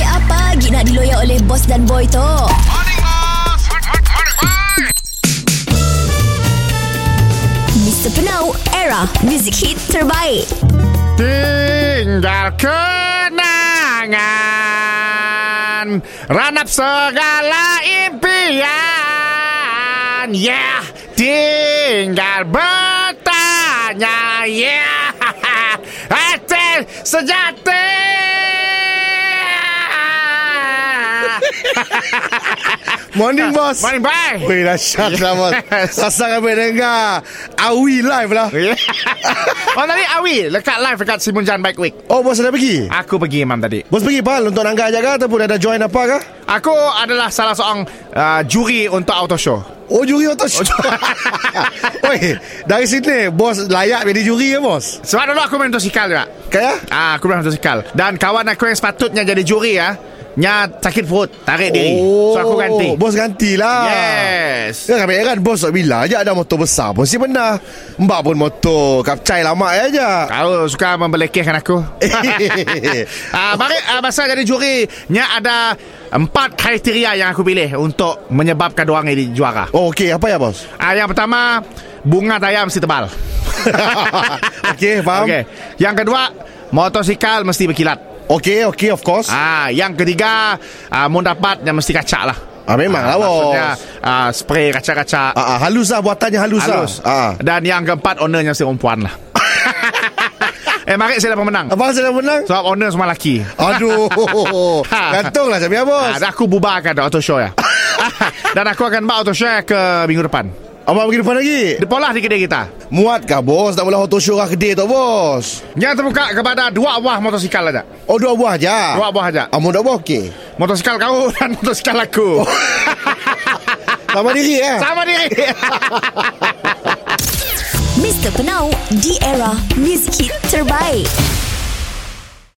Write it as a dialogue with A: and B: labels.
A: lagi nak diloyak oleh bos dan boy tu? Mr. Penau, era music hit terbaik.
B: Tinggal kenangan Ranap segala impian Yeah Tinggal bertanya Yeah Hati sejati
C: Morning bos
B: Morning bye
C: Weh dahsyat lah bos
B: Yes.
C: Sasar apa dengar Awi live lah
B: Yeah. Oh tadi Awi Dekat live dekat Simunjan Bike Week
C: Oh bos dah pergi
B: Aku pergi Imam tadi
C: Bos pergi pal Untuk nangka ajak kah Ataupun ada join apa kah
B: Aku adalah salah seorang uh, Juri untuk auto show
C: Oh juri otak oh, Oi, dari sini bos layak jadi juri ya Kan, bos.
B: Sebab dulu aku main motosikal juga
C: Kaya?
B: Ah, aku main motosikal Dan kawan aku yang sepatutnya jadi juri ya Nya sakit perut Tarik diri So aku
C: Oh,
B: ganti
C: Bos gantilah.
B: Yes
C: lah. Ya kami heran bos bila aja ada motor besar bos si pernah. Mbak pun motor kapcai lama ya aja.
B: Kau suka membelekehkan aku ah, Mari ah, masa jadi juri Nya ada Empat kriteria yang aku pilih Untuk menyebabkan orang ini juara
C: Oh okey apa ya bos?
B: ah, Yang pertama Bunga tayar mesti tebal
C: Okey, faham.
B: Okey. Yang kedua Motosikal mesti berkilat
C: Okey okey of course. Ah,
B: Ah, yang ketiga ah, Mau dapat yang mesti kacak lah
C: memang lah bos.
B: Maksudnya ah, Spray kacak-kacak
C: Ah, ah, halus lah buatannya halus,
B: Halus
C: lah. Ah.
B: Dan yang keempat Ownernya mesti perempuan lah Eh mari saya dah pemenang
C: Abang saya dah menang.
B: Sebab owner semua lelaki
C: Aduh. Gantunglah Syamia
B: ah,
C: bos.
B: dah Aku bubarkan dah auto show ya Dan aku akan buat auto show ya ke minggu depan
C: Abang pergi depan lagi.
B: Depolah di kedai kita
C: Muat kah bos? Tak boleh auto show kah kedai tu bos.
B: Yang terbuka kepada dua buah motosikal aja
C: Oh dua buah aja.
B: Dua buah aja
C: Amor dah buah okey.
B: Motosikal kau dan motosikal aku
C: Sama diri eh.
B: Sama diri
A: Mr. Penau, di era music hit terbaik.